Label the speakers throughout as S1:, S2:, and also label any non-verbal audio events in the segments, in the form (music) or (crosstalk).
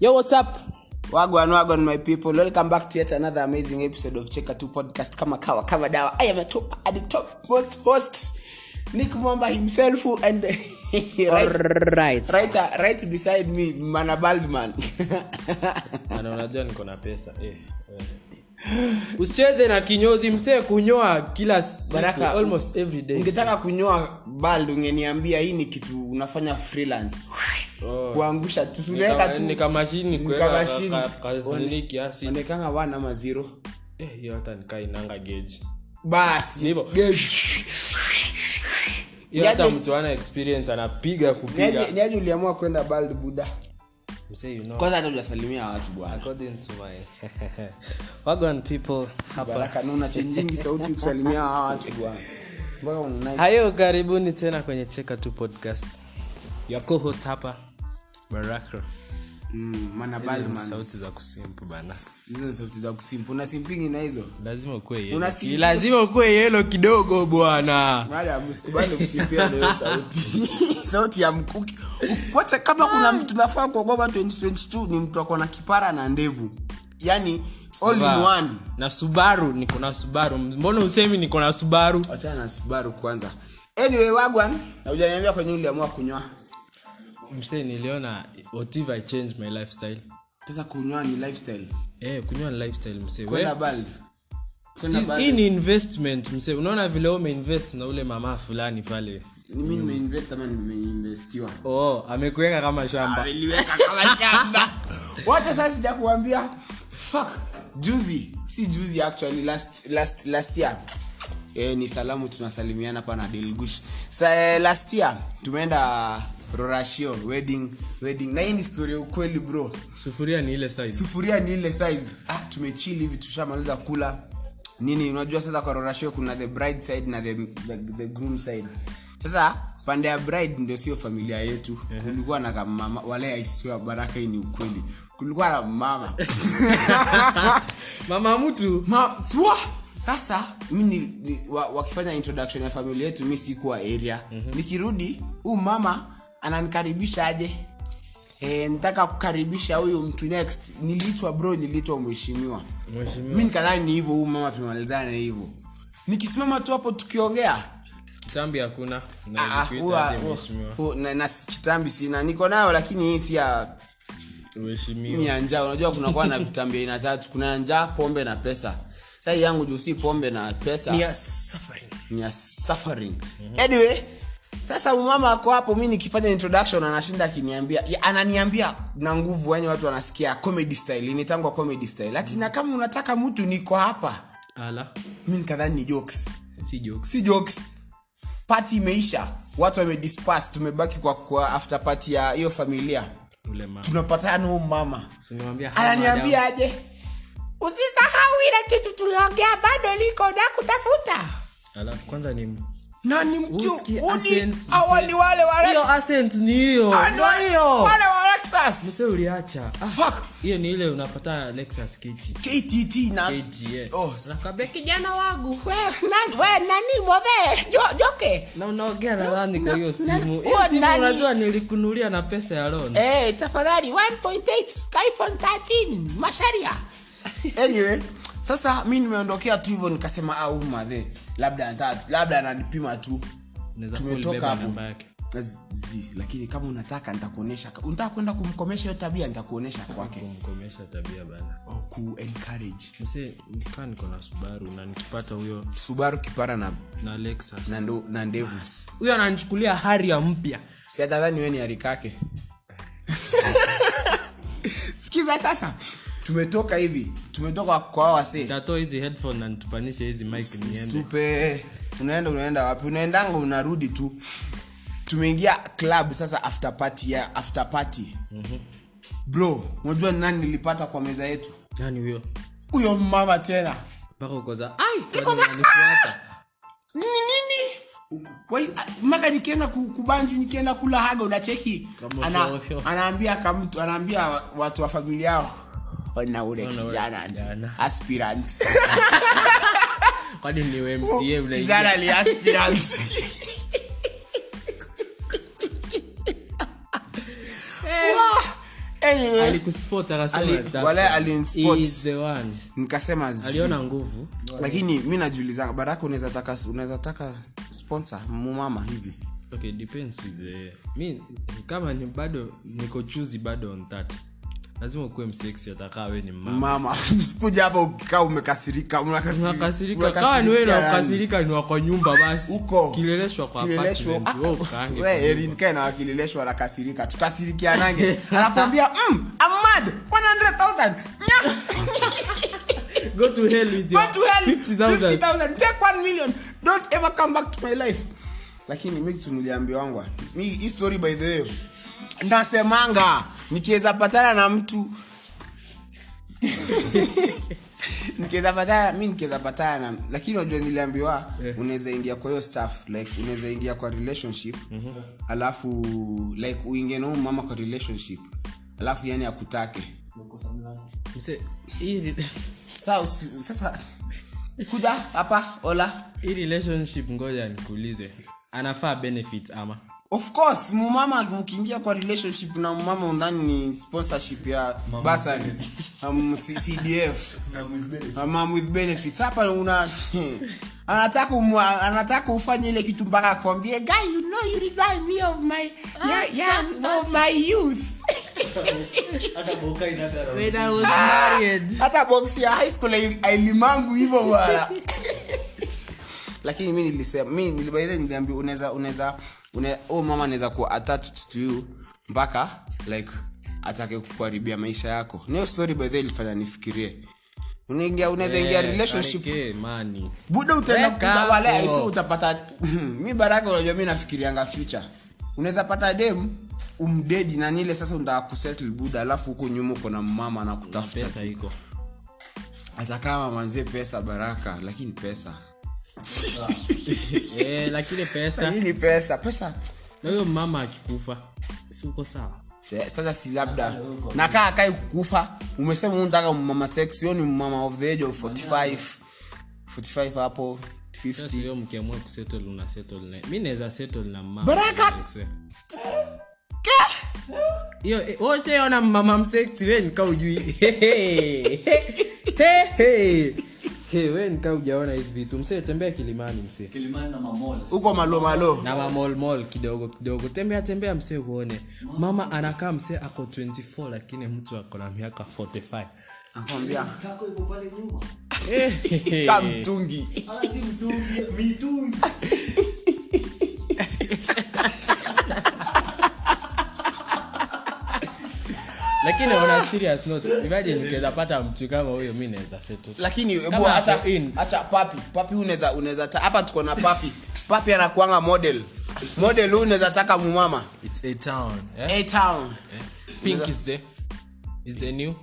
S1: Yo, what's up? Wagwan, wagwan, my people. Welcome back to yet another amazing episode of Cheka 2 Podcast. Kama kawa, kama dawa. I am a top, at the top most host, Nick Mwamba himself, and (laughs) right,
S2: Alright.
S1: right, right beside me, Mana (laughs) Baldman.
S2: Na unajua niko na pesa eh, eh. usicheze na kinyozi msee kunyoa kila siku
S1: Baraka,
S2: almost every day
S1: Ungetaka kunyoa bald, ungeniambia hii ni kitu unafanya freelance.
S2: Oh.
S1: Kuangusha tu,
S2: Ni
S1: unaweka
S2: kama-
S1: tu.
S2: ni kama mashini kuweka
S1: kama
S2: ka-
S1: mashini.
S2: ka- kazini kiasi
S1: Onekanga one ama zero.
S2: Eh, hiyo hata nikainanga gauge
S1: Basi.
S2: Ni hivyo.
S1: Yes.
S2: hiyo hata
S1: Yaani-
S2: mtu ana experience anapiga kupiga
S1: Niaje- niaje uliamua kwenda bald buda
S2: msee you know
S1: kwanza hata ujasalimia watu bwana
S2: according to my (laughs) Wagwan people hapa
S1: baraka naona chenjingi sauti kusalimia hawa watu bwana mpaka unanai
S2: hayo karibuni tena kwenye cheka tu podcast your co-host hapa baraka
S1: Mm, maana bald man
S2: sauti za kusimpu bana
S1: hizo ni sauti za kusimpu unasimpingi na hizo
S2: lazima ukuwe yellow.
S1: Una si-
S2: Ki- lazima ukuwe yelo kidogo bwana
S1: Mara, msikubali kusimpia na hiyo sauti (laughs) Ah. sauti ya mkuki kwacha kama kuna mtu nafaa kuogopa 2022 ni mtu ako na kipara na ndevu yani all in
S2: Ba-
S1: one
S2: na subaru niko na subaru mbona usemi niko na subaru
S1: wachana na subaru kwanza anyway wagwan haujaniambia kwenye uliamua kunyoa
S2: mse niliona what if i change my lifestyle
S1: sasa kunyoa ni lifestyle
S2: eh kunyoa ni lifestyle mse We-
S1: kwenda bald kwenda
S2: This-
S1: bald
S2: hii ni investment mse unaona vile wewe umeinvest na ule mama fulani pale
S1: Ni mimi nimeinvest ama nimeinvestiwa
S2: oh amekuweka kama shamba
S1: ameliweka kama (laughs) shamba wote sasa sijakuambia fuck juzi si juzi actually last last last year eh, ni salamu tunasalimiana pana delgush sa eh, last year tumeenda rorashio wedding wedding na hii ni story ya ukweli bro
S2: sufuria ni ile size
S1: sufuria ni ile size ah, tumechili hivi tushamaliza kula nini unajua sasa kwa rorashio kuna the bride side na the, the, the groom side sasa pande ya bride ndio sio familia yetu kulikuwa na kamama wale aisiwa baraka hii ni ukweli kulikuwa na mama
S2: mama mtu
S1: Ma, swa! sasa mi ni- ni- wa- wakifanya introduction ya familia yetu mi sikuwa area
S2: Mhm.
S1: nikirudi huu mama ananikaribisha aje e, nitaka kukaribisha huyu mtu next niliitwa bro niliitwa mheshimiwa
S2: mheshimiwa
S1: mi nikadhani ni hivyo huu mama tumemalizana na hivyo nikisimama tu hapo tukiongea
S2: chambi hakuna
S1: ah,
S2: na
S1: huwa-
S2: nikuita aje mheshimiwa
S1: hu- na- na kitambi sina niko nayo lakini hii si ya
S2: mheshimiwa
S1: ni ya njaa unajua kunakuwa na vitambi aina tatu kuna ya njaa pombe na pesa saa hii yangu juu si pombe na pesa
S2: Ni ya suffering
S1: ni ya suffering anyway sasa umama ako hapo mi nikifanya introduction anashinda akiniambia ya, ananiambia na nguvu yani watu wanasikia comedy style initangwa comedy style ati na kama unataka mtu niko hapa
S2: ala
S1: mi nikadhani ni jokes
S2: si jokes
S1: si jokes pati imeisha watu wamedispas tumebaki kwa, kwa after party ya hiyo familia
S2: ule mama
S1: tunapatana huu mama
S2: Siniambia hana
S1: ananiambia aje usisahau ile kitu tuliongea bado liko na kutafuta
S2: adabu. Ala, kwanza ni
S1: na ni mkiuni
S2: Usikie accents,
S1: awali
S2: mzee.
S1: wale wa
S2: hiyo accent ni hiyo
S1: Ah,
S2: ndo hiyo
S1: wale wa Lexus.
S2: mse uliacha Ah,
S1: Fuck,
S2: hiyo ni ile unapata lexus kiti
S1: KTT na
S2: KGA.
S1: Oh, s-
S2: Nakwambia kijana wangu
S1: we nani we nani mwove jo joke
S2: na unaongea nadhani kwa hiyo
S1: na-
S2: simu Hiyo
S1: huwa
S2: simu
S1: nani-
S2: unajua nilikunulia na pesa ya loan
S1: eh tafadhali 1.8 ka iPhone 13 masharia (laughs) anyway sasa mi nimeondokea tu hivyo nikasema au madhe labda anta- labda ananipima tu
S2: Naweza
S1: tumetoka
S2: kulibeba
S1: hapo.
S2: namba yake
S1: Z, zi, lakini kama unataka nitakuonesha unataka kwenda kumkomesha hiyo tabia nitakuonesha kwake
S2: kumkomesha tabia bana
S1: oh, ku encourage
S2: mse nikaa niko na subaru na nikipata huyo
S1: subaru kipara na
S2: na lexus
S1: na, ndo, na ndevu
S2: huyo ananichukulia hari ya mpya
S1: siatadhani we ni harikake (laughs) sikiza sasa tumetoka hivi tumetoka kwa wase
S2: tatoa hizi headphone na nitupanishe hizi mic niende
S1: tupe unaenda unaenda wapi unaendanga unarudi tu tumeingia club sasa after party ya after party bro unajua ni nani nilipata kwa meza yetu
S2: nani huyo
S1: huyo mama tena
S2: mpaka ukoza ai kwani unanifuata
S1: ni nini Wai- a- maka nikienda ku- kubanju nikienda kula haga unacheki
S2: Kama
S1: Ana-
S2: ovyo.
S1: anaambia kamtu anaambia wa- watu wa familia yao ona ule
S2: Ona ule
S1: kijana
S2: kijana. (laughs)
S1: aspirant
S2: kwani ni mca mnaingia
S1: Oh, kijana ni
S2: (laughs)
S1: aspirant Wah! Anyway,
S2: alikuspot akasema
S1: Ali-
S2: that
S1: wala
S2: one
S1: alinspot.
S2: is the one.
S1: nikasema zi-
S2: aliona nguvu
S1: lakini mi najuliza baraka unaweza taka unaweza taka sponsor mumama hivi
S2: okay depends with the mi kama ni bado niko chuzi bado on that lazima ukuwe mseksi atakaa we ni mama
S1: mama (laughs) sikuja hapa ukikaa umekasirika unakasirika-
S2: unakasirika
S1: unakasirika
S2: kaa ni wewe na
S1: yani.
S2: ukasirika ni wako nyumba basi
S1: Uko.
S2: kileleshwa kwa
S1: Kileleshwa.
S2: apartment
S1: Ah,
S2: wewe ukaange
S1: we,
S2: kwa nyumba.
S1: Erin, kae na wakileleshwa anakasirika tukasirikianange anakwambia mm, I'm mad, 100,000. Nya!
S2: (laughs) go to hell with
S1: Go
S2: your
S1: to hell.
S2: 50,000
S1: 50,000. Take 1 million. Don't ever come back to my life. lakini mi kitu niliambiwangwa mi hii story by the way nasemanga nikiweza patana na mtu (laughs) nikiweza patana mi nikiweza patana na lakini unajua niliambiwa
S2: Eh.
S1: unaweza ingia kwa hiyo staff like unaweza ingia kwa relationship alafu like uingie na huyu mama kwa relationship alafu yani akutake
S2: Mse, hii
S1: Sasa usi- sasa kuja hapa ola
S2: (laughs) hii relationship ngoja nikuulize anafaa benefit ama
S1: of course mumama ukiingia kwa relationship na mumama undhani ni sponsorship ya basani um, C- cdf mam with benefits hapa una (laughs) anataka umu, anataka ufanye ile kitu mpaka akwambie guy you know you remind me of my yeah, yeah, of my youth
S2: Ah.
S1: hata box ya high school ai- ailimangu hivyo bwana lakini mi nilisema mi nilibaidha niliambia unaweza unaweza une, oh mama anaweza kuwa attached to you mpaka like atake kukuharibia maisha yako niyo story by the way ilifanya nifikirie unaingia unaweza ingia
S2: Eh,
S1: relationship
S2: kareke, mani.
S1: buda utaenda
S2: Weka
S1: kukuta wale
S2: hapo.
S1: aiso utapata hmm, mi baraka unajua mi nafikirianga future unaweza pata dem umdedi na nile sasa unataka kusettle buda alafu huko nyuma uko na mama
S2: Na
S1: anakutafuta
S2: pesa iko
S1: hata kama manzie pesa baraka lakini pesa
S2: Eh, lakini (laughs) pesa
S1: lakini pesa pesa
S2: na huyo mama akikufa si uko sawa
S1: Se- sasa si labda nakaa kai kukufa umesema unataka mama sexy ni mama of the age of 45 45 hapo
S2: Sasa
S1: 50
S2: hiyo mkiamua kusettle una settle naye. mi naweza settle na mama
S1: Baraka!
S2: I swear. hiyo eh, wewe ushaona mama msexy wewe nika (laughs) ujui Hehe. Hehe. Hey, wewe nika ujaona hizi vitu msee tembea kilimani msee
S3: kilimani na mamol
S1: huko malo malo
S2: na mamolmol kidogo kidogo tembea tembea msee huone mama anakaa msee ako 24 lakini mtu ako na miaka
S4: (laughs)
S2: 45
S1: nakwambia
S3: kako iko pale nyuma
S2: Hehe.
S1: ka mtungi
S3: ala si mtungi mitungi
S2: lakini ona serious note imagine nikiweza pata mtu kama huyo mi naweza settle
S1: lakini hebu
S2: Kama
S1: hata
S2: ako in.
S1: hata papi papi unaweza unaweza ta- hapa tuko na papi papi anakuanga model model huyu unaweza taka mumama
S4: It's a town. Eh?
S1: a town
S2: pink is the is the new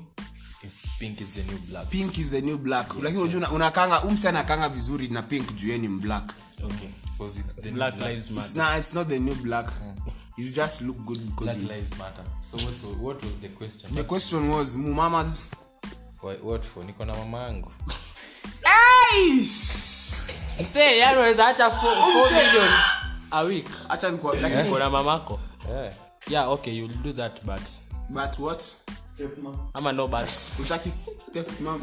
S4: It's pink is the new black.
S1: pink is the new black lakini unajua una- unakanga umse anakanga vizuri na pink juu yeye ni mblack
S2: okay
S4: Because it's the
S2: black
S4: new black.
S2: lives
S1: it's,
S2: matter
S1: na, it's not the new black you just look good because
S4: Black
S1: you,
S4: lives matter. So what, so what was the question?
S1: the question was mumamas
S4: Why, what for? Niko na mama yangu.
S2: msee yani unaweza acha 4 million a week
S1: Acha nikuwa-
S4: Eh?
S1: lakini-
S2: kuna mamako
S4: Yeah.
S2: yeah okay you'll do that but
S1: but what
S3: stepma
S2: ama no but
S1: Hutaki step
S4: (laughs)
S1: mom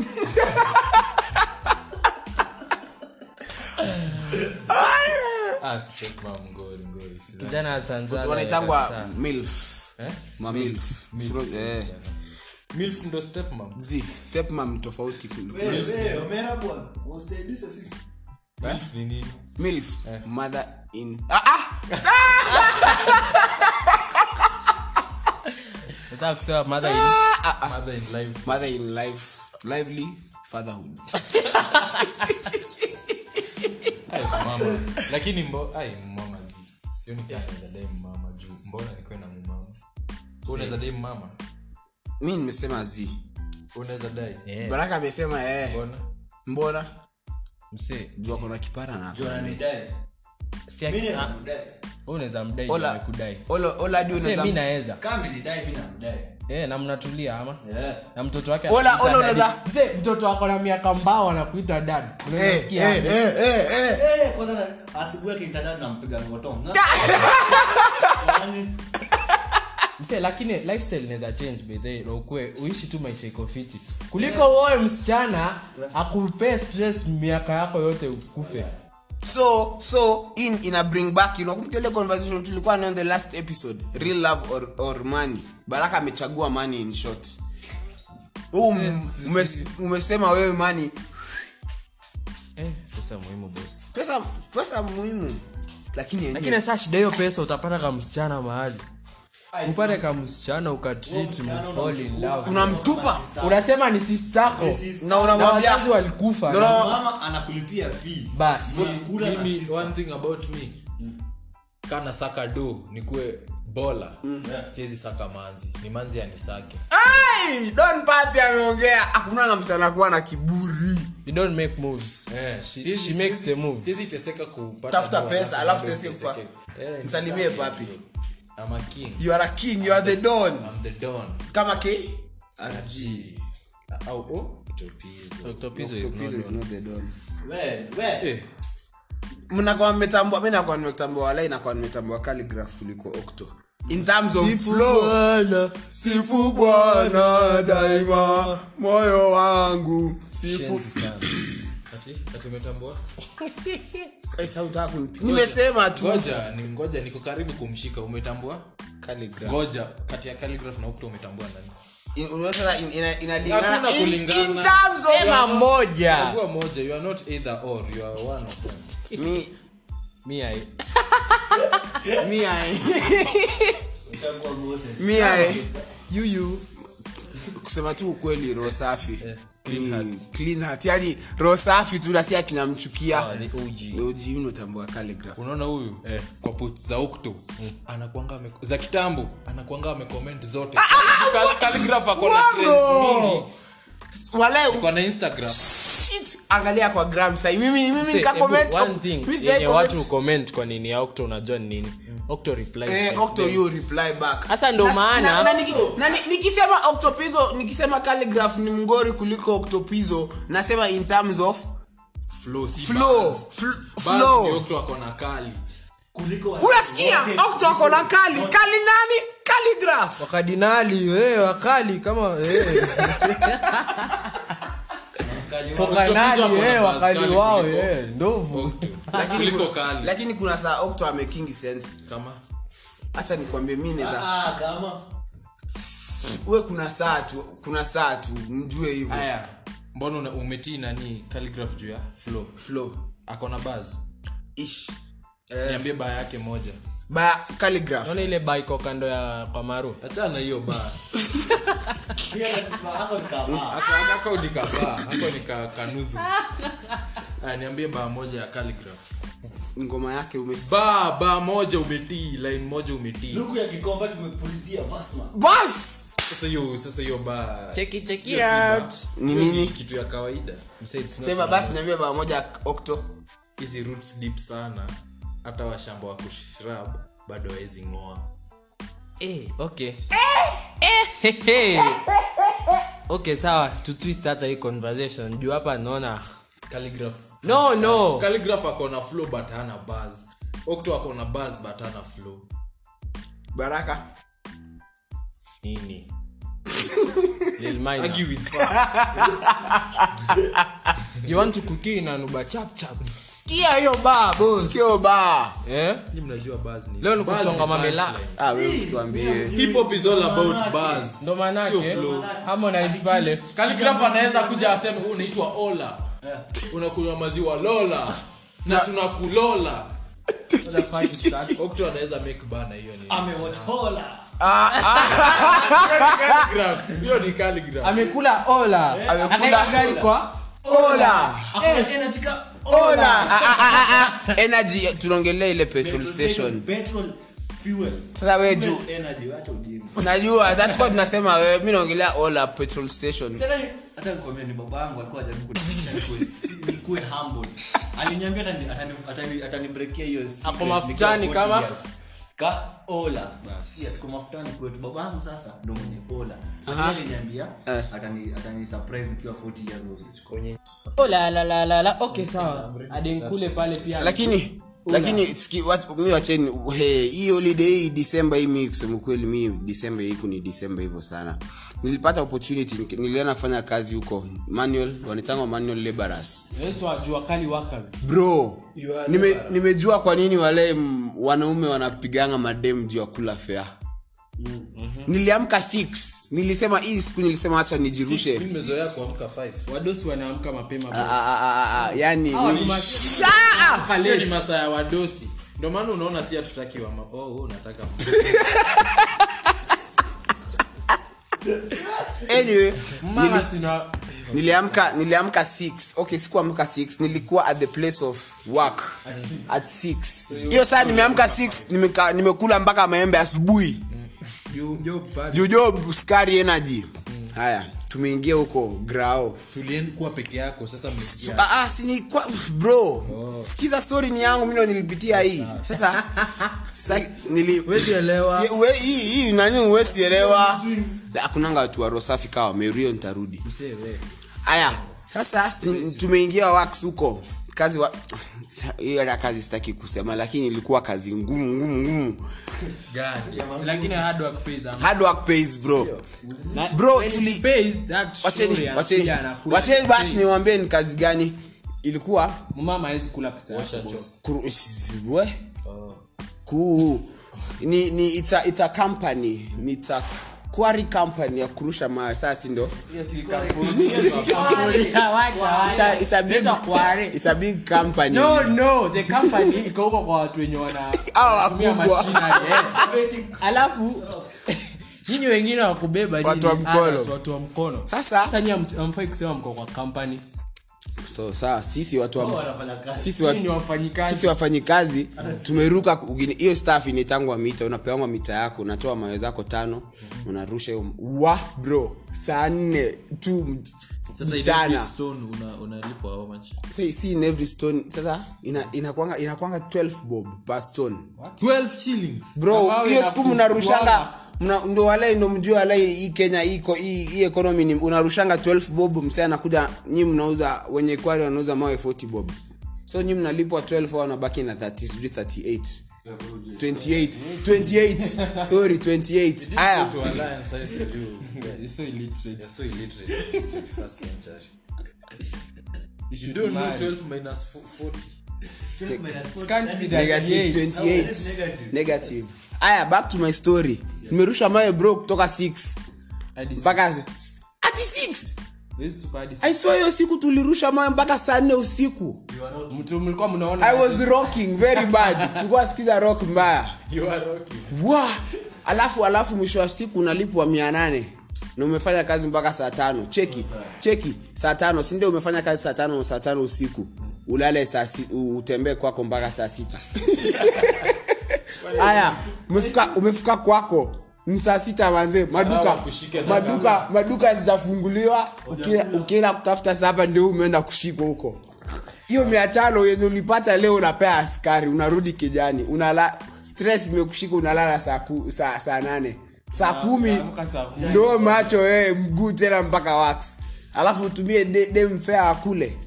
S4: Ah, step mom, ngori, ngori. Si that-
S2: kijana wa Tanzania
S1: wanaitangwa
S2: kabisa.
S1: milf
S4: Eh?
S1: mamilf Fro- eh.
S4: Milf ndo step mom.
S1: Zi, step mom tofauti kidogo.
S3: omera bwana usaidise sisi
S4: Milf ni nini?
S1: milf
S4: Eh.
S1: mother in ah, ah!
S2: Nataka kusema mother in-
S4: Mother in life.
S1: mother in life lively fatherhood
S4: Ay, mama. Lakini mbo, ai mama zi. Sioni kama naweza dai mama juu. Mbona niko na mama? Wewe unaweza dai mama?
S1: mi nimesema zi
S4: Wewe unaweza dai?
S2: Eh,
S1: baraka amesema eh.
S4: Mbona?
S1: mbona
S2: msee,
S1: jua kona kipara na
S3: jonanidai
S2: si aki-
S3: mi
S2: ah,
S3: nanidai
S2: wewe unaweza mdai ndio
S1: Ola.
S2: amekudai.
S1: Ola- ola Eh, di
S2: Msee,
S1: unaweza-
S2: mi naweza
S3: kama nidai mi nanidai
S2: Eh, na mnatulia ama
S3: yeah.
S2: na mtoto wake
S1: Ola-
S2: anakuita
S1: ola,
S2: daddy.
S1: unaweza-
S2: Msee, mtoto wako na miaka mbao anakuita dad Unaweza
S1: Eh,
S2: sikia
S1: eh,
S2: aje?
S1: eh, eh, eh.
S3: Eh, kwanza Yaani, na- asubuhi akintadao nampiga ngotong
S2: mse lakini lifestyle inaweza change bedhe na ukue uishi tu maisha iko fiti kuliko uoe msichana akupee stress miaka yako yote ukufe
S1: so so in ina bring back you know, kumbuka ile conversation tulikuwa nayo in the last episode real love or, or money baraka amechagua money in short huu m- umes, umesema wewe money
S2: eh, pesa muhimu bosi
S1: pesa pesa muhimu lakini yenyewe-
S2: lakini saa shida hiyo pesa utapata kama msichana mahali upate kama msichana ukatreat mfall in love
S1: unamtupa
S2: unasema ni sistako
S1: na unamwambia
S2: wazazi walikufa
S1: na
S2: na-
S1: una-
S3: mama anakulipia fee.
S2: basi
S3: Unakula na
S4: Mimi,
S3: sister.
S4: one thing about me kana saka do nikuwe bola siwezi saka manzi ni manzi anisake
S1: Ah! Ai, Don Papi ameongea hakuna na msichana kuwa na kiburi
S2: you don't make moves
S4: Eh,
S2: she,
S4: siwezi-
S2: she makes the move
S4: siwezi teseka kupata
S1: tafuta
S4: do,
S1: pesa alafu tuweze
S4: teseke.
S1: kupa
S4: Eh,
S1: msalimie
S4: nisake.
S1: papi
S4: I'm a king
S1: you are a king you are the don
S4: I'm the don
S1: kama ke
S4: Aji. au oh, topizo
S2: Dr. Pizzo is not wrong.
S3: We, we.
S4: Eh,
S1: mnakuwa mmetambua mi nakuwa nimetambua walai nakuwa nimetambua caligraph kuliko octo in terms of
S2: Sifu
S1: flow
S2: Bwana,
S1: sifu bwana daima moyo wangu sifu
S2: shenzi sana.
S4: ati ati umetambua
S1: Eh, sasa unataka kunipi- nimesema tu
S4: ngoja ni ngoja niko karibu kumshika umetambua
S1: Calligraph.
S4: ngoja kati ya calligraph na ukto umetambua nani
S1: In- unajua sasa in- ina- inalingana
S4: Hakuna
S1: in- in
S4: kulingana.
S1: terms of-
S2: Sema moja
S4: chagua moja you are not either or you are one of them
S1: Mi-
S2: Mi ai-
S1: mi ai-
S3: Utakuwa Moses.
S1: mi ai-
S2: yuyu
S1: kusema tu ukweli roho safi
S2: Eh, clean
S1: Ni
S2: heart. Ah,
S1: clean heart. yani roho safi tu nasi akinamchukia
S2: ni uji
S1: ojiini utambua calligraph
S4: unaona huyu eh. Mm. kwa post za ukto anakuanga ame- za kitambo anakuanga amecomment zote
S1: Ah,
S4: Cal- calligraph ako na
S1: Uongo!
S4: trends mingi
S1: Walai,
S4: kwa na instagram
S1: shit angalia kwa gram sai mimi mimi
S2: Se,
S1: nika
S2: hebu,
S1: comment
S2: eh, one thing eh, yenye watu comment kwa nini ya okto unajua ni nini okto reply
S1: eh octo you reply back
S2: Sasa ndo
S1: Na-
S2: maana-
S1: na- na niki- na ni- nikisema octopizo nikisema calligraph ni mgori kuliko octopizo nasema in terms of
S4: flow si
S1: flow
S4: bars.
S1: fl-
S4: Bars ni
S1: flow
S4: ukto ako na kali
S3: Kuliko wasi-
S1: unasikia
S3: wote-
S1: octo ako na kali kali nani calligraph
S2: wakadinali we wakali kama (laughs) eh.
S4: Wakali wao.
S2: fokanali
S4: Ukto
S2: we
S4: ako na bars
S2: eh, wakali
S4: kali
S2: wao
S4: kuliko
S2: eh, ndovu
S4: ukto.
S1: lakini
S4: kuliko
S1: kuna,
S4: kali
S1: lakini kuna saa octo amekingi sense
S4: kama
S1: hacha nikwambie mi neza
S3: Ah, kama.
S1: we kuna saa tu kuna saa tu mjue hivyo
S4: haya mbona una- umetii nani calligraph juu ya flow Eh.
S1: flow
S4: ako na bars
S1: ish
S4: niambie baa yake moja
S1: ba calligraph
S2: naona ile baiko kando ya kwamaru
S4: achana hiyo baa
S3: Pia lazima hako ni kama.
S4: akako nikabaa hako nikakanudhu Ah, niambie baa moja ya calligraph
S1: ngoma yake umes
S4: baa baa moja umetii line moja umetii
S3: Luku ya Gikomba tumepulizia Vasma.
S1: bas
S4: sasa hiyo sasa hiyo baa
S2: cheki cheki
S4: hiyo si baa.
S1: Ni
S4: Hiyo
S1: nini?
S4: kitu ya kawaida
S1: sema basi niambie baa moja octo
S4: hizi roots deep sana hata washamba wa kushrub bado hawezi ng'oa
S2: Eh, okay. Eh, hey, hey. okay sawa tutwist hata hii conversation juu hapa naona
S4: calligraph
S2: no no
S4: calligraph ako na flow but hana buzz okto ako na buzz but hana flow
S1: baraka
S2: (laughs) nini Lil Minor.
S4: argue with facts.
S2: you want to cookie na nuba chap chap sikia hiyo
S1: Ah,
S2: ba boss
S1: kio baa
S2: eh
S4: (laughs) Nyinyi mnajua buzz ni
S2: Leo ni
S4: buzz
S2: kuchonga mamela.
S4: punchline.
S1: ah, wewe usituambie
S4: hip hop is all about buzz
S2: ndo
S4: sio
S2: manake
S4: flow
S2: harmonize pale
S4: Calligraph anaweza kuja aseme huu unaitwa ola unakunywa maziwa lola na tunakulola okto anaweza make bana hiyo ni
S3: Amewachola.
S4: Ah. Calligraph. hiyo ni calligraph
S2: amekula ola
S1: Amekula
S2: Akaeka
S1: ola.
S2: gari kwa
S1: ola
S3: Hakuna
S2: Eh,
S3: energy ka-
S1: ola Ah, ah, ah, ah, ah. energy tunaongelea ile petrol station
S3: Petrol fuel.
S1: sasa wewe juu
S3: Fuel energy, wacha ujinga.
S1: najua that's what tunasema wewe mimi naongelea ola petrol station
S3: Sasa ni- hata nikwambia ni baba yangu alikuwa ajaribu kunifundisha nikuwe si- nikuwe humble. Aliniambia atani- atani- atani- atanibreakia hiyo secret nikiwa
S2: mafutani
S3: 40
S2: kama-
S3: years. Ka- ola. Yes, kwa mafutani kwetu baba yangu sasa ndo mwenye ola aliniambia
S2: Eh.
S3: atani- atani surprise nikiwa 40 years old.
S2: ola la la la la okay sawa adenkule pale pia
S1: lakini lakini siki- wat- mi wacheni he, hii holiday hii december hii mi kusema kweli mi december hii ni december hivyo sana nilipata opportunity nik- nilienda kufanya kazi huko manual wanitanga manual laborers
S5: Inaitwa jua kali workers.
S1: bro
S4: You are
S1: nime,
S4: laborer.
S1: nimejua kwa nini wale mm, wanaume wanapiganga madem juu ya kula fea
S4: Mm, mhm.
S1: niliamka 6 nilisema hii siku nilisema hacha nijirushe
S4: Mimi nimezoea kuamka 5.
S5: wadosi wanaamka mapema
S1: Ah,
S5: bro.
S1: ah, ah, ah, ah, yani
S5: Hawa
S1: ni-
S5: ni mashia.
S1: Shaa!
S4: Hiyo Ah, ni masaa ya wadosi. Ndio maana unaona si hatutakiwa ma- oh, wewe unataka.
S1: anyway
S5: mara sina
S1: niliamka niliamka 6 okay sikuamka 6 nilikuwa at the place of work at 6 hiyo saa nimeamka 6 nimeka- nimekula mpaka maembe asubuhi
S4: You job bad.
S1: jujob sukari energy haya tumeingia huko grao
S4: Sulien kuwa peke yako sasa msikia.
S1: Ah, ah, sini kwa, bro sikiza story ni yangu mimi ndo nilipitia hii sasa sitaki- nili
S2: Huwezi elewa.
S1: Si- we- hii hii nani huwezi elewa La, hakunanga watu wa roho safi kawa merio nitarudi
S2: Msee, we.
S1: haya sasa si- tumeingia wax huko kazi wa (laughs) hiyo hata kazi sitaki kusema lakini ilikuwa kazi ngumu ngumu ngumu
S4: Gani?
S5: lakini hard work pays ama.
S1: hard work pays bro
S5: Na-
S1: Bro,
S5: when it
S1: tuli-
S5: pays, that story
S1: wacheni wacheni
S5: anakuja, anakuja,
S1: wacheni basi
S5: anakuja.
S1: niwaambie ni kazi gani ilikuwa
S5: Mama hawezi kula pesa yako,
S4: Washa
S5: (laughs) boss.
S1: kuru, we kuu ni, ni ita, ita company ni ita quarry company ya kurusha mawe saa si ndo (laughs) It's a- it's a big- it's a big company
S5: No, no, the company iko huko kwa watu wenye
S1: (laughs)
S5: wana
S1: Hawa
S5: wanatumia
S1: wakubwa.
S5: machinery, eh.
S1: (laughs)
S5: Alafu (laughs) nyinyi wengine wakubeba
S1: Watu wa mkono.
S5: watu wa mkono.
S1: sasa
S5: Sasa nyinyi hamsi- hamfai kusema mko kwa company.
S1: so saa sisi watu wa,
S3: wanafanya kazi
S1: sisi
S5: Nyinyi ni
S1: wa,
S5: wafanyikazi.
S1: sisi wafanyikazi tumeruka ku- ugini- hiyo staff inaitangwa mita unapeangwa mita yako unatoa mawe zako tano unarusha hiyo wa bro saa nne tu m-
S4: Sasa ile
S1: mchana
S4: stone una unalipwa how much?
S1: si si in every stone sasa ina- inakwanga inakwanga 12 bob per stone
S4: 12 shillings.
S1: bro
S5: Ambao
S1: hiyo
S5: ina
S1: siku mnarushanga
S5: kutuana.
S1: mna, ndo walai ndo mjue walai hii kenya iko hii hii economy ni unarushanga 12 bob msee anakuja nyi mnauza wenye kwali wanauza mawe 40 bob so nyi mnalipwa 12 au nabaki na 30 sijui 38 28 28 (laughs) sorry 28 haya
S4: To (laughs) alliance size with you. You're so illiterate. You're so illiterate. It's 21st century. You don't know 12 minus 40.
S5: It can't be that
S1: negative
S5: yes.
S1: 28 negative haya back to my story nimerusha mawe bro kutoka 6
S5: Hadi
S1: mpaka hadi 6
S5: Huwezi tupa hadi sasa.
S1: i saw hiyo siku tulirusha mawe mpaka saa 4 usiku
S5: Mtu mlikuwa mnaona
S1: i was rocking very bad tulikuwa sikiza rock mbaya
S4: You are rocking.
S1: wa alafu alafu mwisho wa siku unalipwa mia nane na umefanya kazi mpaka saa tano cheki cheki saa tano sindio umefanya kazi saa tano saa tano usiku ulale saa si, u- utembee kwako mpaka saa sita haya umefika umefika kwako ni saa sita manze maduka
S4: Kushika na
S1: maduka maduka zitafunguliwa Ukienda- ukienda kutafuta saba ndio umeenda kushikwa huko hiyo mia tano yenye ulipata leo unapea askari unarudi kijani unala stress imekushika unalala saa, ku, saa, saa nane saa kumi
S5: Ah, unaamka saa kumi.
S1: ndo macho wewe mguu tena mpaka wax alafu utumie de- demfea akule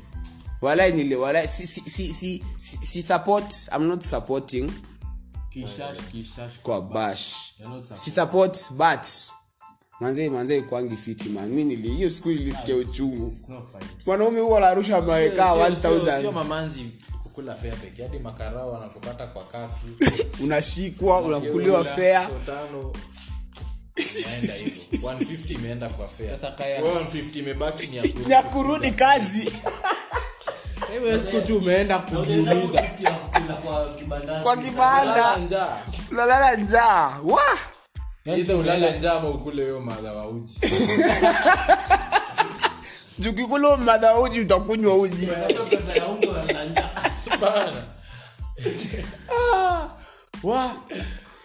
S1: walai nile walai si, si, si, si, si, si support I'm not supporting
S5: kishash kishash
S1: kwa bash
S5: You're not
S1: si support but manzee manzee kwangi fiti man mi nili hiyo siku ilisikia uchungu
S5: it's not fine.
S1: mwanaume huo anarusha maweka
S4: Sio- sio- sio
S1: 1000
S4: mamanzi kukula fea peke hadi makarao wanakupata kwa kafu
S1: unashikwa unakuliwa fea
S4: tano imeenda hivyo 150 imeenda kwa fea
S5: Sasa kaya.
S4: 150 imebaki ni ya
S5: (laughs)
S4: kurudi.
S1: ya kurudi kazi
S5: Hiyo siku tu
S1: (laughs)
S5: umeenda
S3: Ongeza
S5: kujiuliza.
S3: usiku ya kukula kwa kibandasi.
S1: kwa
S4: Lala
S1: kibanda
S4: njaa
S1: unalala njaa wa
S5: Yaani
S4: Either ulale njaa ama ukule hiyo madha wa
S5: (laughs)
S4: uji
S1: tukikula madha uji utakunywa uji
S3: Unalipa pesa ya unga, unalala njaa.
S4: Bana.
S1: wa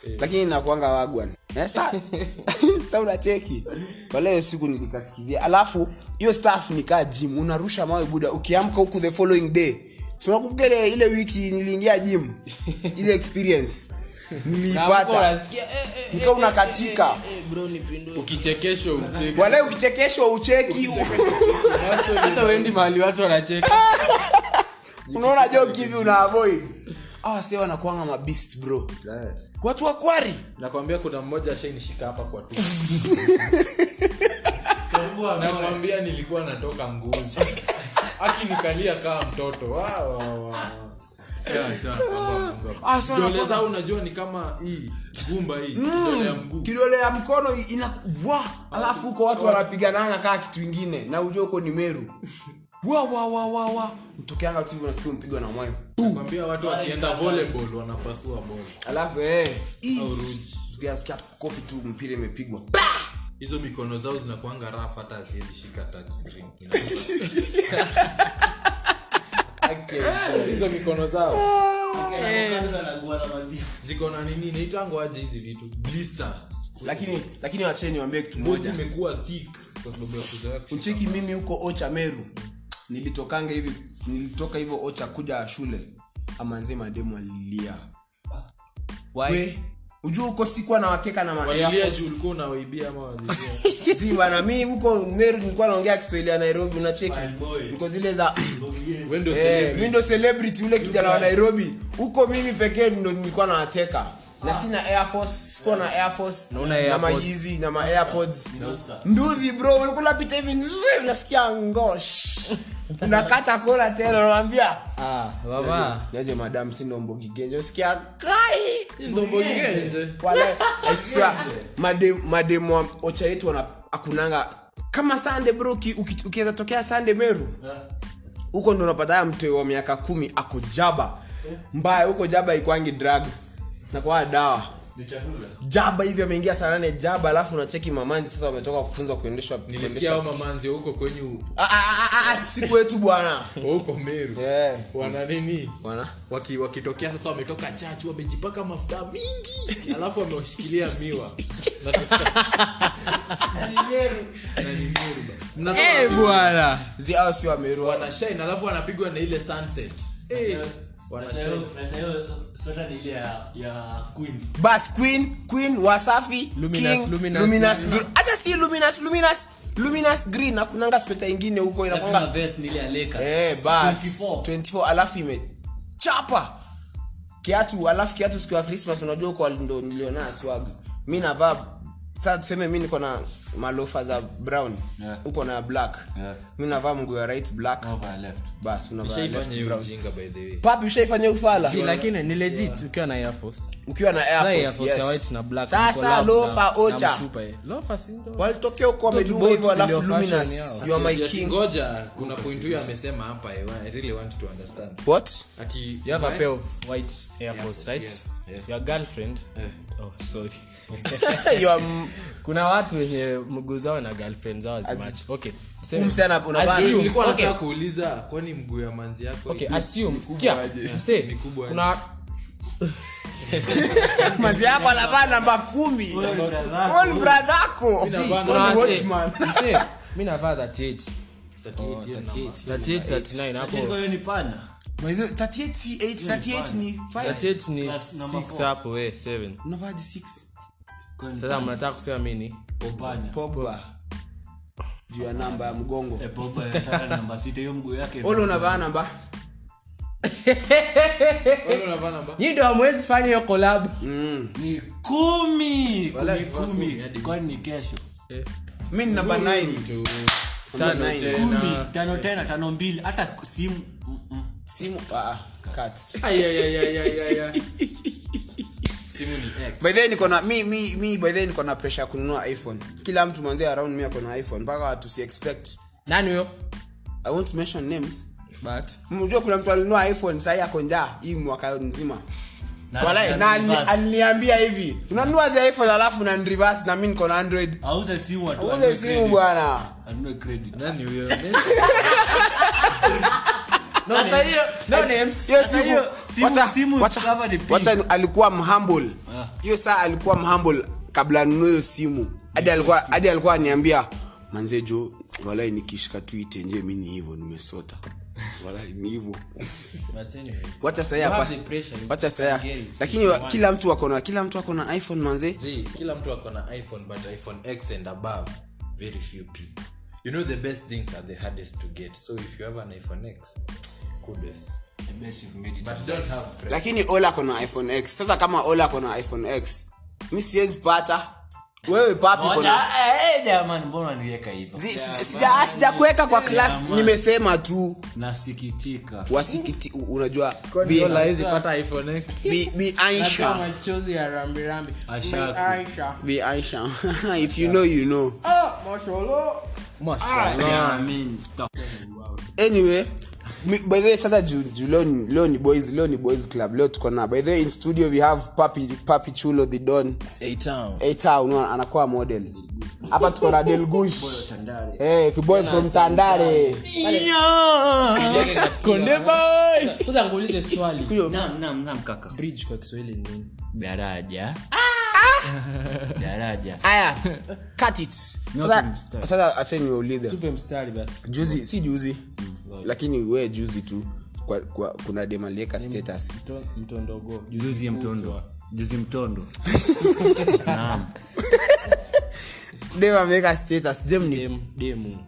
S1: Eh. lakini nakuanga wagwan Eh, sa (laughs) sa unacheki wala hiyo siku nilikasikizia alafu hiyo staff nikaa gym unarusha mawe buda ukiamka huku the following day so nakumbuka ile ile wiki niliingia (laughs) gym ile experience niliipata nika unakatika
S4: ukichekeshwa ucheke
S1: wala ukichekeshwa ucheki
S5: hata uendi mahali watu wanacheka
S1: unaona joke hivi una avoid Ah, awa sie wanakwanga mabist bro
S2: Eh.
S1: watu wakwari
S4: nakwambia kuna mmoja ashainishika hapa kwa tu
S3: karibu wa-
S4: nakwambia nilikuwa natoka nguzo akinikalia kaa mtoto Wa, wa, wa. Yeah, sawa, ambao Mungu akubariki.
S1: Ah, sawa,
S4: Dole
S1: napona.
S4: zao unajua ni kama hii gumba hii kidole ya mguu
S1: Mm. kidole ya mkono ina wa alafu huko watu wanapiganana kaa kitu ingine na ujua huko ni
S4: (laughs)
S1: meru wa wa wa wa wa mtokeanga tu hivyo nasikia mpigwa na mwayo
S4: nakwambia watu wakienda volleyball wanapasua bol
S1: alafu eh ii,
S4: Au ruji.
S1: tukiasikia kofi tu mpira imepigwa (laughs)
S4: hizo mikono zao zinakuanga raf hata haziwezi shika touch screen. (laughs) hizo mikono zao
S3: Kando anagua na maziwa.
S4: ziko na nini inaitangwa aje hizi vitu blister
S1: lakini lakini wacheni niwaambie kitu
S4: moja
S1: moja
S4: imekuwa thick kwa sababu ya kuzoea kushika.
S1: ucheki mimi huko ocha meru nilitokanga hivi nilitoka hivyo ocha kuja shule amanze mademu alilia we ujua huko sikuwa nawateka na ma- Air
S4: walilia
S1: Force.
S4: juu ulikuwa unawaibia ama walilia
S1: Zii bana mi huko meru nilikuwa naongea kiswahili ya nairobi unacheki
S3: My boy.
S1: niko zile za
S4: Wewe ndio
S1: Eh,
S4: celebrity.
S1: mi ndo celebrity ule kijana wa nairobi huko mimi pekee ndo nilikuwa nawateka na sina air force sikuwa na air force
S2: Na una
S1: na
S2: AirPods.
S1: mayizi na maairpods
S3: Oscar.
S1: nduzi bro ulikuwa unapita hivi nzuri, unasikia ngosh unakata kola tena unamwambia
S2: Ah, baba.
S1: naje madam si ndo mbogi genje usikia kai
S4: ndombo genje
S1: wale I swear, made- mademu wa ocha yetu wana akunanga kama sande bro uki- uki- ukiweza tokea sande meru huko ndo unapata haya mtoi wa miaka kumi ako jaba mbaya huko jaba ikwangi drug na kwa dawa
S3: Ni chakula.
S1: jaba hivi ameingia saa nane jaba alafu unacheki mamanzi sasa wametoka kufunzwa kuendeshwa
S4: nilisikia hao mamanzi wa huko kwenyu
S1: Ah, ah, ah, ah, ah, siku yetu bwana
S4: wa huko meru
S1: Eh,
S4: wana nini
S1: bwana
S4: Waki- wakitokea sasa wametoka chachu wamejipaka mafuta mingi alafu wamewashikilia miwa Na tusikia- na ni meru ba. Mnatoka-
S2: Eh, bwana.
S1: Zi- hao si wamerua
S4: wanashine alafu wanapigwa na ile sunset Eh,
S3: Sasa
S4: wanashine
S3: hiyo- sasa hiyo sweta ni ile ya- ya Queen.
S1: bas queen queen wasafi
S2: Luminous,
S1: King,
S2: Luminous,
S1: Luminous Gr- hata si luminous luminous luminous green nakunanga sweta ingine huko
S3: Na
S1: inakwanga
S3: kama vest ni ile ya Lakers.
S1: eh bas
S3: 24.
S1: 24 alafu imechapa kiatu alafu kiatu siku ya christmas unajua kwa ndo niliona swag mi navaa sasa tuseme mi niko na malofa za brown
S3: Yeah.
S1: uko na black
S3: Yeah.
S1: mi navaa mguu ya right black
S2: Oh.
S1: bas unavaa
S4: Nishaifanya
S1: left
S4: hiyo
S1: brown
S4: ujinga by the way
S1: papi ushaifanya ufala
S2: Si, lakini ni legit ukiwa na Air Force.
S1: ukiwa na Air
S2: Sasa Air
S1: Force,
S2: Force ya
S1: yes.
S2: white na black,
S1: Sasa
S2: collab na-
S1: lofa
S2: na
S1: ocha.
S2: msupa, eh. Lofa si ndo-
S1: walitokea huko wamedua
S2: box
S1: hivyo alafu
S2: ndio fashion
S1: luminous
S2: yao.
S1: you are my
S4: Ati- ati
S1: king
S4: ngoja kuna point huyo amesema hapa eh, I really want to understand
S1: what (laughs)
S4: ati
S2: You have a pair of white Air Force, right?
S4: yes, yeah.
S2: Your girlfriend- Oh, sorry. (laughs)
S1: you are m-
S2: kuna watu wenye mguu zao na girlfriend zao hazimatch. Okay, sema.
S1: Huyu msichana unabana.
S2: Assume,
S1: (laughs)
S4: nilikuwa
S2: okay,
S4: nataka kuuliza kwani mguu ya manzi yako
S2: okay,
S4: iko-
S2: assume, sikia,
S4: aje?
S2: say,
S4: Ni kubwa aje?
S2: kuna-
S1: mazi yako anavaa namba kumi All bradhako.
S4: navaa
S1: All
S2: kuna wase-
S1: watchman.
S2: msee, mi navaa Oh, 38.
S4: 38 year number.
S2: 38, 39, hapo.
S3: Lakini kwa hiyo ni pana.
S1: Mazi- 38 si eight, 38 ni five.
S2: 38 ni
S3: Class number
S2: 6
S3: four.
S2: hapo,
S5: eh,
S2: we, 7.
S1: Unavaaje six?
S3: Kwa hiyo ni
S2: sasa mnataka kusema mini
S3: pana.
S1: Pogba. juu ya namba ya mgongo
S3: Eh, Pogba ya Tara namba sita, hiyo mguu yake
S1: Ole unavaa namba
S4: Wewe unavaa namba?
S2: nyi ndo amwezi fanya hiyo kolab Mm.
S3: ni kumi
S4: Wala-
S3: kumi kumi kwani ni kesho
S1: mi ni namba nine. Namba nine.
S3: kumi tano tena tano mbili hata simu mm, mm.
S1: simu ah, ah, cut.
S4: Ai, ai, ai, ai, ai, ai, ai. simu ni X.
S1: by the way niko na mi mi mi by the way niko na pressure ya kununua iphone kila mtu mwanzia around mi ako na iphone mpaka watu si expect
S2: nani huyo
S1: i won't mention names
S2: but
S1: mjua kuna mtu alinunua iphone sahii ako njaa hii mwaka nzima
S3: Na-
S1: Walai,
S3: na
S1: na ali-
S3: reverse.
S1: aliniambia hivi unanunua je iphone alafu na nirivers na mi niko na android
S3: auze simu atu-
S1: uze
S3: anunue
S1: simu
S3: credit.
S1: bwana
S3: Anunue credit
S4: Nani huyo?
S2: hata hiyo no names
S1: hiyo
S3: Sasa
S1: simu,
S3: hiyo simu-
S1: wacha-
S3: simu
S1: wacha-
S3: cover the pink.
S1: wacha alikuwa mhumble
S3: Ah.
S1: hiyo saa alikuwa mhumble kabla anunue hiyo simu hadi alikuwa hadi alikuwa aniambia manze jo walai nikishika tu itenje mi ni hivyo nimesota walai ni hivyo wacha sahi hapa
S2: have the pressure, you
S1: wacha sahi hapa.
S2: get it.
S1: lakini wa- kila mtu ako na kila mtu ako na iphone manze
S4: Zii, kila mtu ako na iphone but iphone x and above very few people you know the best things are the hardest to get so if you have an iphone x kudos
S3: I bet you've made it
S4: but don't have bread.
S1: lakini ola kona iphone x sasa kama ola kona iphone x mi siwezi pata wewe papi kona
S3: Mbona- eh, eh, jamani mbona niweka hivyo
S1: Zi- si- sija- sijakuweka kwa klas
S3: man.
S1: nimesema tu
S3: nasikitika
S1: wasikiti u- unajua
S2: Kwani
S1: be-
S2: Ola hawezi pata iPhone eh? X?
S1: be- be
S5: Natoa
S1: Aisha.
S5: machozi ya rambirambi
S3: Ashaku.
S5: Aisha.
S1: Be Aisha. (laughs) if you know you know
S5: Ah, mashallah.
S1: anyway mi- by the way sasa ju, ju, leo, ni- leo ni boys leo ni boys club leo tuko na by the way in studio we have papi papi chulo the don eta unaona anakuwa model hapa tuko na delgush eh kiboy from tandare
S5: Sasa nguulize swali.
S3: Naam, naam, naam, kaka
S5: Bridge kwa Kiswahili ni nini?
S3: daraja daraja
S1: haya (laughs) cut it sasa
S3: mstari.
S1: sasa acha niulize
S5: Tupe mstari basi.
S1: juzi Mm, si juzi lakini we juzi tu kwa, kwa, kuna demalieka status
S5: Mto- Mtondogo.
S3: juzi mtondo juzi mtondo naam
S1: dem ameweka status dem ni
S5: Dem- Demu.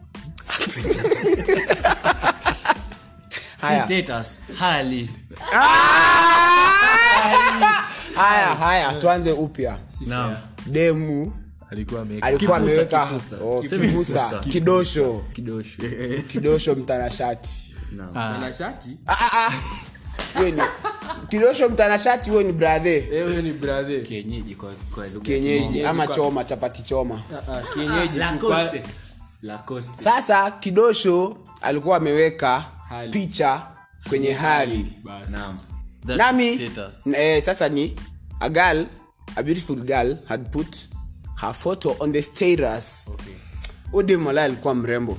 S1: haya
S3: status hali
S1: haya haya tuanze upya
S3: naam
S1: demu alikuwa ameweka oh,
S3: Sema
S1: kipusa
S3: kipusa.
S1: kidosho
S3: kidosho
S1: (laughs) kidosho mtanashati
S3: naam
S5: Ana shati?
S1: Ah, ah, ah. Wewe ni- kidosho mtanashati huyo ni bradhe
S5: Ewe ni brother.
S3: kienyeji kwa kwa lugha ya
S1: kienyeji ama choma chapati choma
S5: Ah, ah, kienyeji
S3: La
S5: tu kwa-
S3: Coste. La Coste.
S1: sasa kidosho alikuwa ameweka
S5: Hali.
S1: picha kwenye hali
S5: Basi.
S3: Naam.
S1: nami eh, sasa ni a girl a beautiful girl had put her photo on the status okay. malaya alikuwa mrembo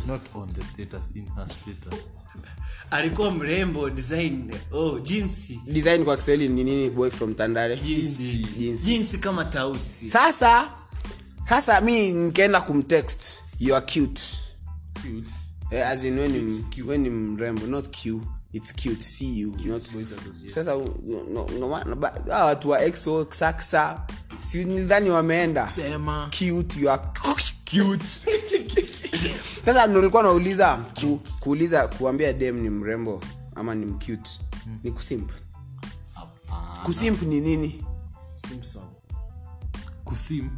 S3: alikuwa mrembo design oh jinsi
S1: design kwa kiswahili ni nini boy from tandare
S3: jinsi
S1: Jinsi.
S3: jinsi kama tausi
S1: sasa sasa mi nikaenda kumtext you are cute
S5: Cute.
S1: eh, as in when im- when ni mrembo not q it's cute see you not sasa u- no- no- no maana ba- hawa watu wa exo saksa si nilidhani wameenda cute you are cute sasa ndo nilikuwa nauliza ku, kuuliza kuambia dem ni mrembo ama ni mcute ni kusimp kusimp ni nini
S5: Simpson.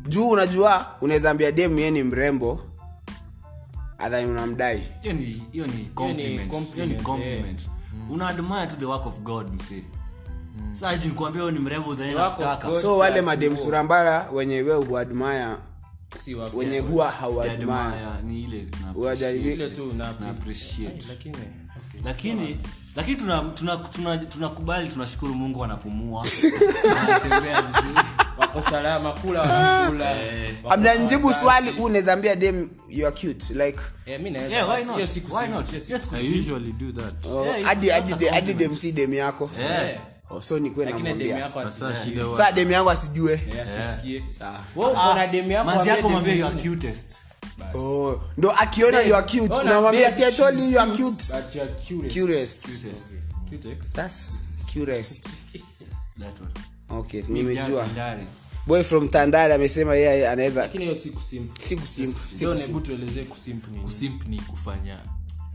S1: juu unajua unaweza ambia dem ye ni mrembo adhani unamdai
S3: hiyo ni hiyo ni compliment hiyo ni
S5: compliment, eh. Mm.
S3: compliment una admire to the work of god msee sasa je nikwambia wewe ni mrembo dhani
S5: Work of
S3: nakutaka
S5: God.
S1: so wale
S5: Yes,
S1: madem
S5: no.
S1: surambara wenye we huadmire
S5: Si wa-
S1: wenye huwa hawadmire
S3: admire ni ile na
S1: Huwajaribi-
S3: appreciate.
S5: Ile tu una-
S3: na appreciate
S5: Lakini
S3: lakini lakini tunakubali tuna, tuna, tuna tunakubali, tunashukuru
S5: (laughs)
S3: mungu anapumua anatembea vizuri
S5: wako salama kula wanakula. Wako
S1: amnanjibu
S5: sawa.
S1: swali huu unaweza ambia dem you are cute like
S5: Eh, mi naweza.
S3: yeah why
S5: Hiyo
S3: not
S5: si kusema.
S3: why not
S5: Hiyo si
S3: yes
S4: I usually do that.
S1: oh,
S3: Yeah, it's
S1: hadi-
S3: not
S1: hadi
S3: a
S1: de- hadi
S3: compliment.
S1: dem si dem yako
S3: yeah
S1: oh, so nikuwe
S5: Eh? Lakini demu
S1: namwambia
S5: yako asi-
S4: Sasa shida wa-
S1: saa dem yangu asijue
S5: Eh, asisikie.
S1: Sawa.
S5: Wewe uko na
S3: Ah,
S5: demu yako,
S3: manzi yako
S5: demu
S3: mwambie you are
S5: mwingine.
S3: cutest
S1: Oh, ndo akiona you are cute
S5: Ona,
S1: unamwambia
S5: babe,
S1: si I told you you are
S5: she's
S1: cute
S5: but you are curious.
S1: Curious.
S5: Cutex.
S1: That's curious.
S3: that one
S1: okay
S3: Mjanja
S1: nimejua
S3: ndani.
S1: boy from tandale amesema yeye anaweza
S5: Lakini hiyo si kusimp.
S1: si kusimp si
S5: Ndio,
S1: kusimp
S5: hebu tuelezee kusimp ni nini.
S4: Kusimp ni kufanya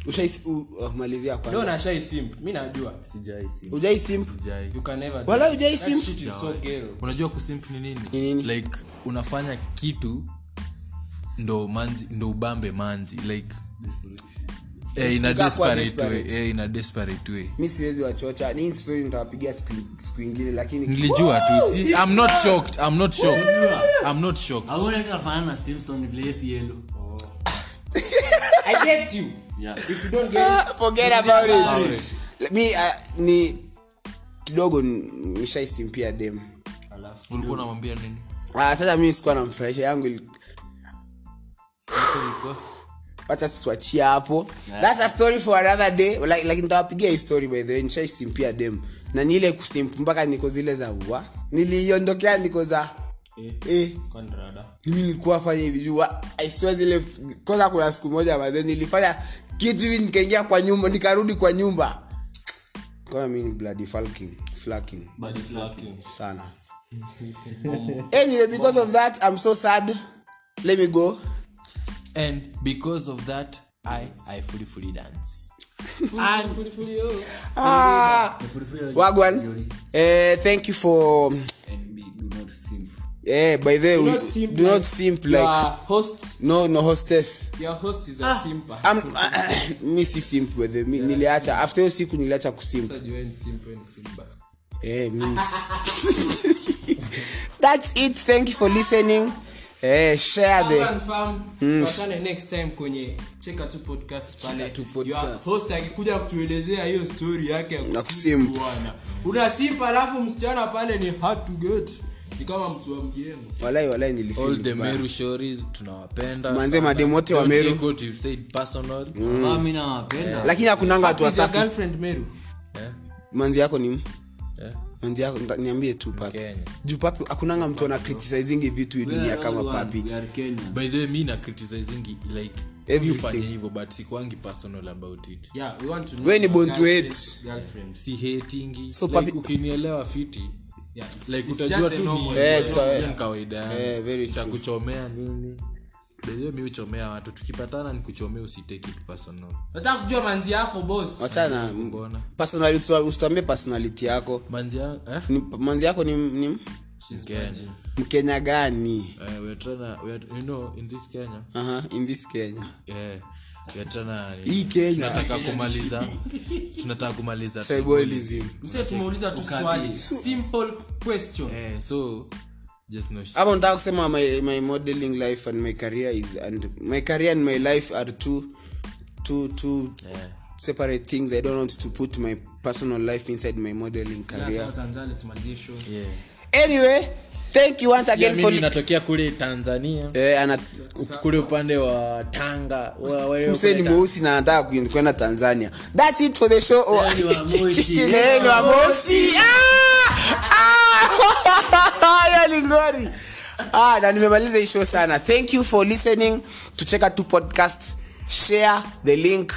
S1: ushai uh, malizia
S5: Ndio,
S1: kwanza
S5: na shai simp. Mi najua.
S1: ujai simp
S4: ujai.
S5: You can never do
S1: wala
S5: that.
S1: ujai
S5: That
S1: simp
S5: shit is so ghetto.
S4: unajua kusimp ni nini?
S1: Ni nini?
S4: like unafanya kitu ndo manzi ndo ubambe manzi like eh, ina
S1: Kukaa kuwa
S4: desperate way
S1: desperate.
S4: eh, ina desperate way
S1: mi siwezi wachocha ni hii story nitawapigia siku siku ingine lakini
S4: nilijua tu si i'm not shocked i'm not shocked i'm not shocked
S3: Au wewe unafanana na Simpson vile yeye si yellow.
S1: Oh.
S5: I get you.
S3: Yeah.
S5: If you don't
S1: (laughs)
S5: get it,
S1: Ah, forget about it mi uh, ni kidogo n- nishaisimpia dem
S4: ulikuwa unamwambia nini
S1: Ah, sasa mi sikuwa na mfurahisha yangu ili- (sighs) wacha tuswachia hapo thats a story for another day like, like nitawapigia hii story by the way nishaisimpia dem na ni ile kusimp mpaka niko zile za ua niliiondokea niko za eh.
S5: Conrada.
S1: mimi nilikuwa fanya hivi juu wa- I swear zile kwanza kuna siku moja mazee nilifanya kitu hivi nikaingia kwa nyumba nikarudi kwa nyumba kama mimi ni bloody falking flacking sana anyway because of that i'm so sad let me go
S4: and because of that
S2: I, I fully fully dance.
S1: Ah, wagwan eh, thank you for
S3: and be, do not sin
S1: eh, by the way we-
S2: not simp
S1: do not
S2: like
S1: simp
S2: Your
S1: like
S2: host,
S1: no no hostess
S2: your host is a simper.
S1: I'm, (coughs) mi si simp by the way. Mi- niliacha after hiyo siku niliacha kusimp
S4: Sasa jueni simple ni simba.
S1: Eh, means- (laughs) that's it thank you for listening eh, share the Hmm.
S2: tuatane next time kwenye cheka tu podcast pale
S1: tu podcast.
S2: Your host akikuja kutuelezea hiyo story yake ya
S1: Na
S2: kusimp
S1: kusimp.
S2: bwana. unasimpa alafu msichana pale ni hard to get ni kama mtu wa mjengo
S1: walai walai
S4: all the
S1: nilifeel
S4: meru shories tunawapenda
S1: Manze,
S4: sana.
S1: mademu wote wa
S4: Don't
S1: Meru. Mm.
S4: take what you said personal
S3: mami nawapenda
S1: lakini hakunanga watu
S2: Is your
S1: wasafi
S2: girlfriend meru
S1: manzi yako ni m-
S4: Eh.
S1: manzi yako nita- niambie tu papi
S4: Kenya.
S1: juu papi hakunanga mtu ana criticizingi vitu hii dunia kama papi
S4: by the way mi na criticising like
S1: Everything.
S4: ufanye hivyo but sikuangi personal about it
S2: yeah, we want to know
S1: We ni
S2: your
S1: born to hate.
S2: girlfriend's girlfriend.
S4: si hatingi
S1: So,
S4: like
S1: papi-
S4: ukinielewa fiti
S2: Yeah, it's-
S4: like
S2: it's
S4: utajua
S2: just a
S4: tu
S2: normal-
S4: ni-
S1: Eh, sawa,
S4: hiyo
S1: eh.
S4: ni kawaida
S1: Eh, very
S4: yangu.
S1: true.
S4: Cha kuchomea nini bezio mi huchomea watu tukipatana nikuchomea usiteki tu personal
S2: nataka kujua manzi yako boss
S1: wachana
S4: Mbona?
S1: personali usitambie personality yako
S4: manzia eh?
S1: ni, manzi yako ni, ni
S4: Mkenya.
S1: mkenya gani
S4: Eh, we're trying to- we're- you know, in this Kenya,
S1: Aha, in this kenya
S4: eh, we're trying to-
S1: Hii Kenya.
S4: tunataka kumaliza tunataka kumaliza
S1: tribalism
S2: mse tumeuliza tu swali simple question
S4: eh, so just no shit.
S1: ama nataka kusema my, my modeling life and my career is and my career and my life are two two two separate things i don't want to put my personal life inside my modeling career
S2: tanzania tumalizie show
S1: anyway thank you once
S4: Pia
S1: again for
S4: mimi natokea kule tanzania
S1: eh, ana
S4: kule upande wa tanga wa- wa-
S1: mse ni mweusi na anataka kuin- kwenda tanzania thats it for the show Oh, (laughs) Yeye ni wa moshi Ah! Ah! (laughs) Hiyo ni ngori Ah, na nimemaliza hii show sana thank you for listening to cheka tu podcast share the link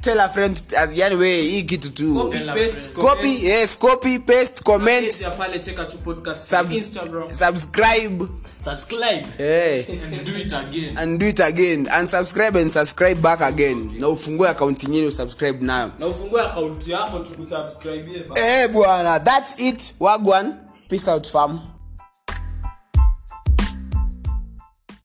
S1: tell a friend as yani we hii kitu tu
S2: Copy, paste,
S1: copy yes copy paste comment
S2: Page ya pale cheka tu podcast
S1: sub-
S2: instagram
S1: subscribe
S4: subscribe
S1: eh
S4: and do it again
S1: and do it again and subscribe and subscribe back again na ufungue akaunti nyingine usubscribe nayo
S2: na ufungue akaunti yako tukusubscribie
S1: eh bwana that's it wagwan peace out fam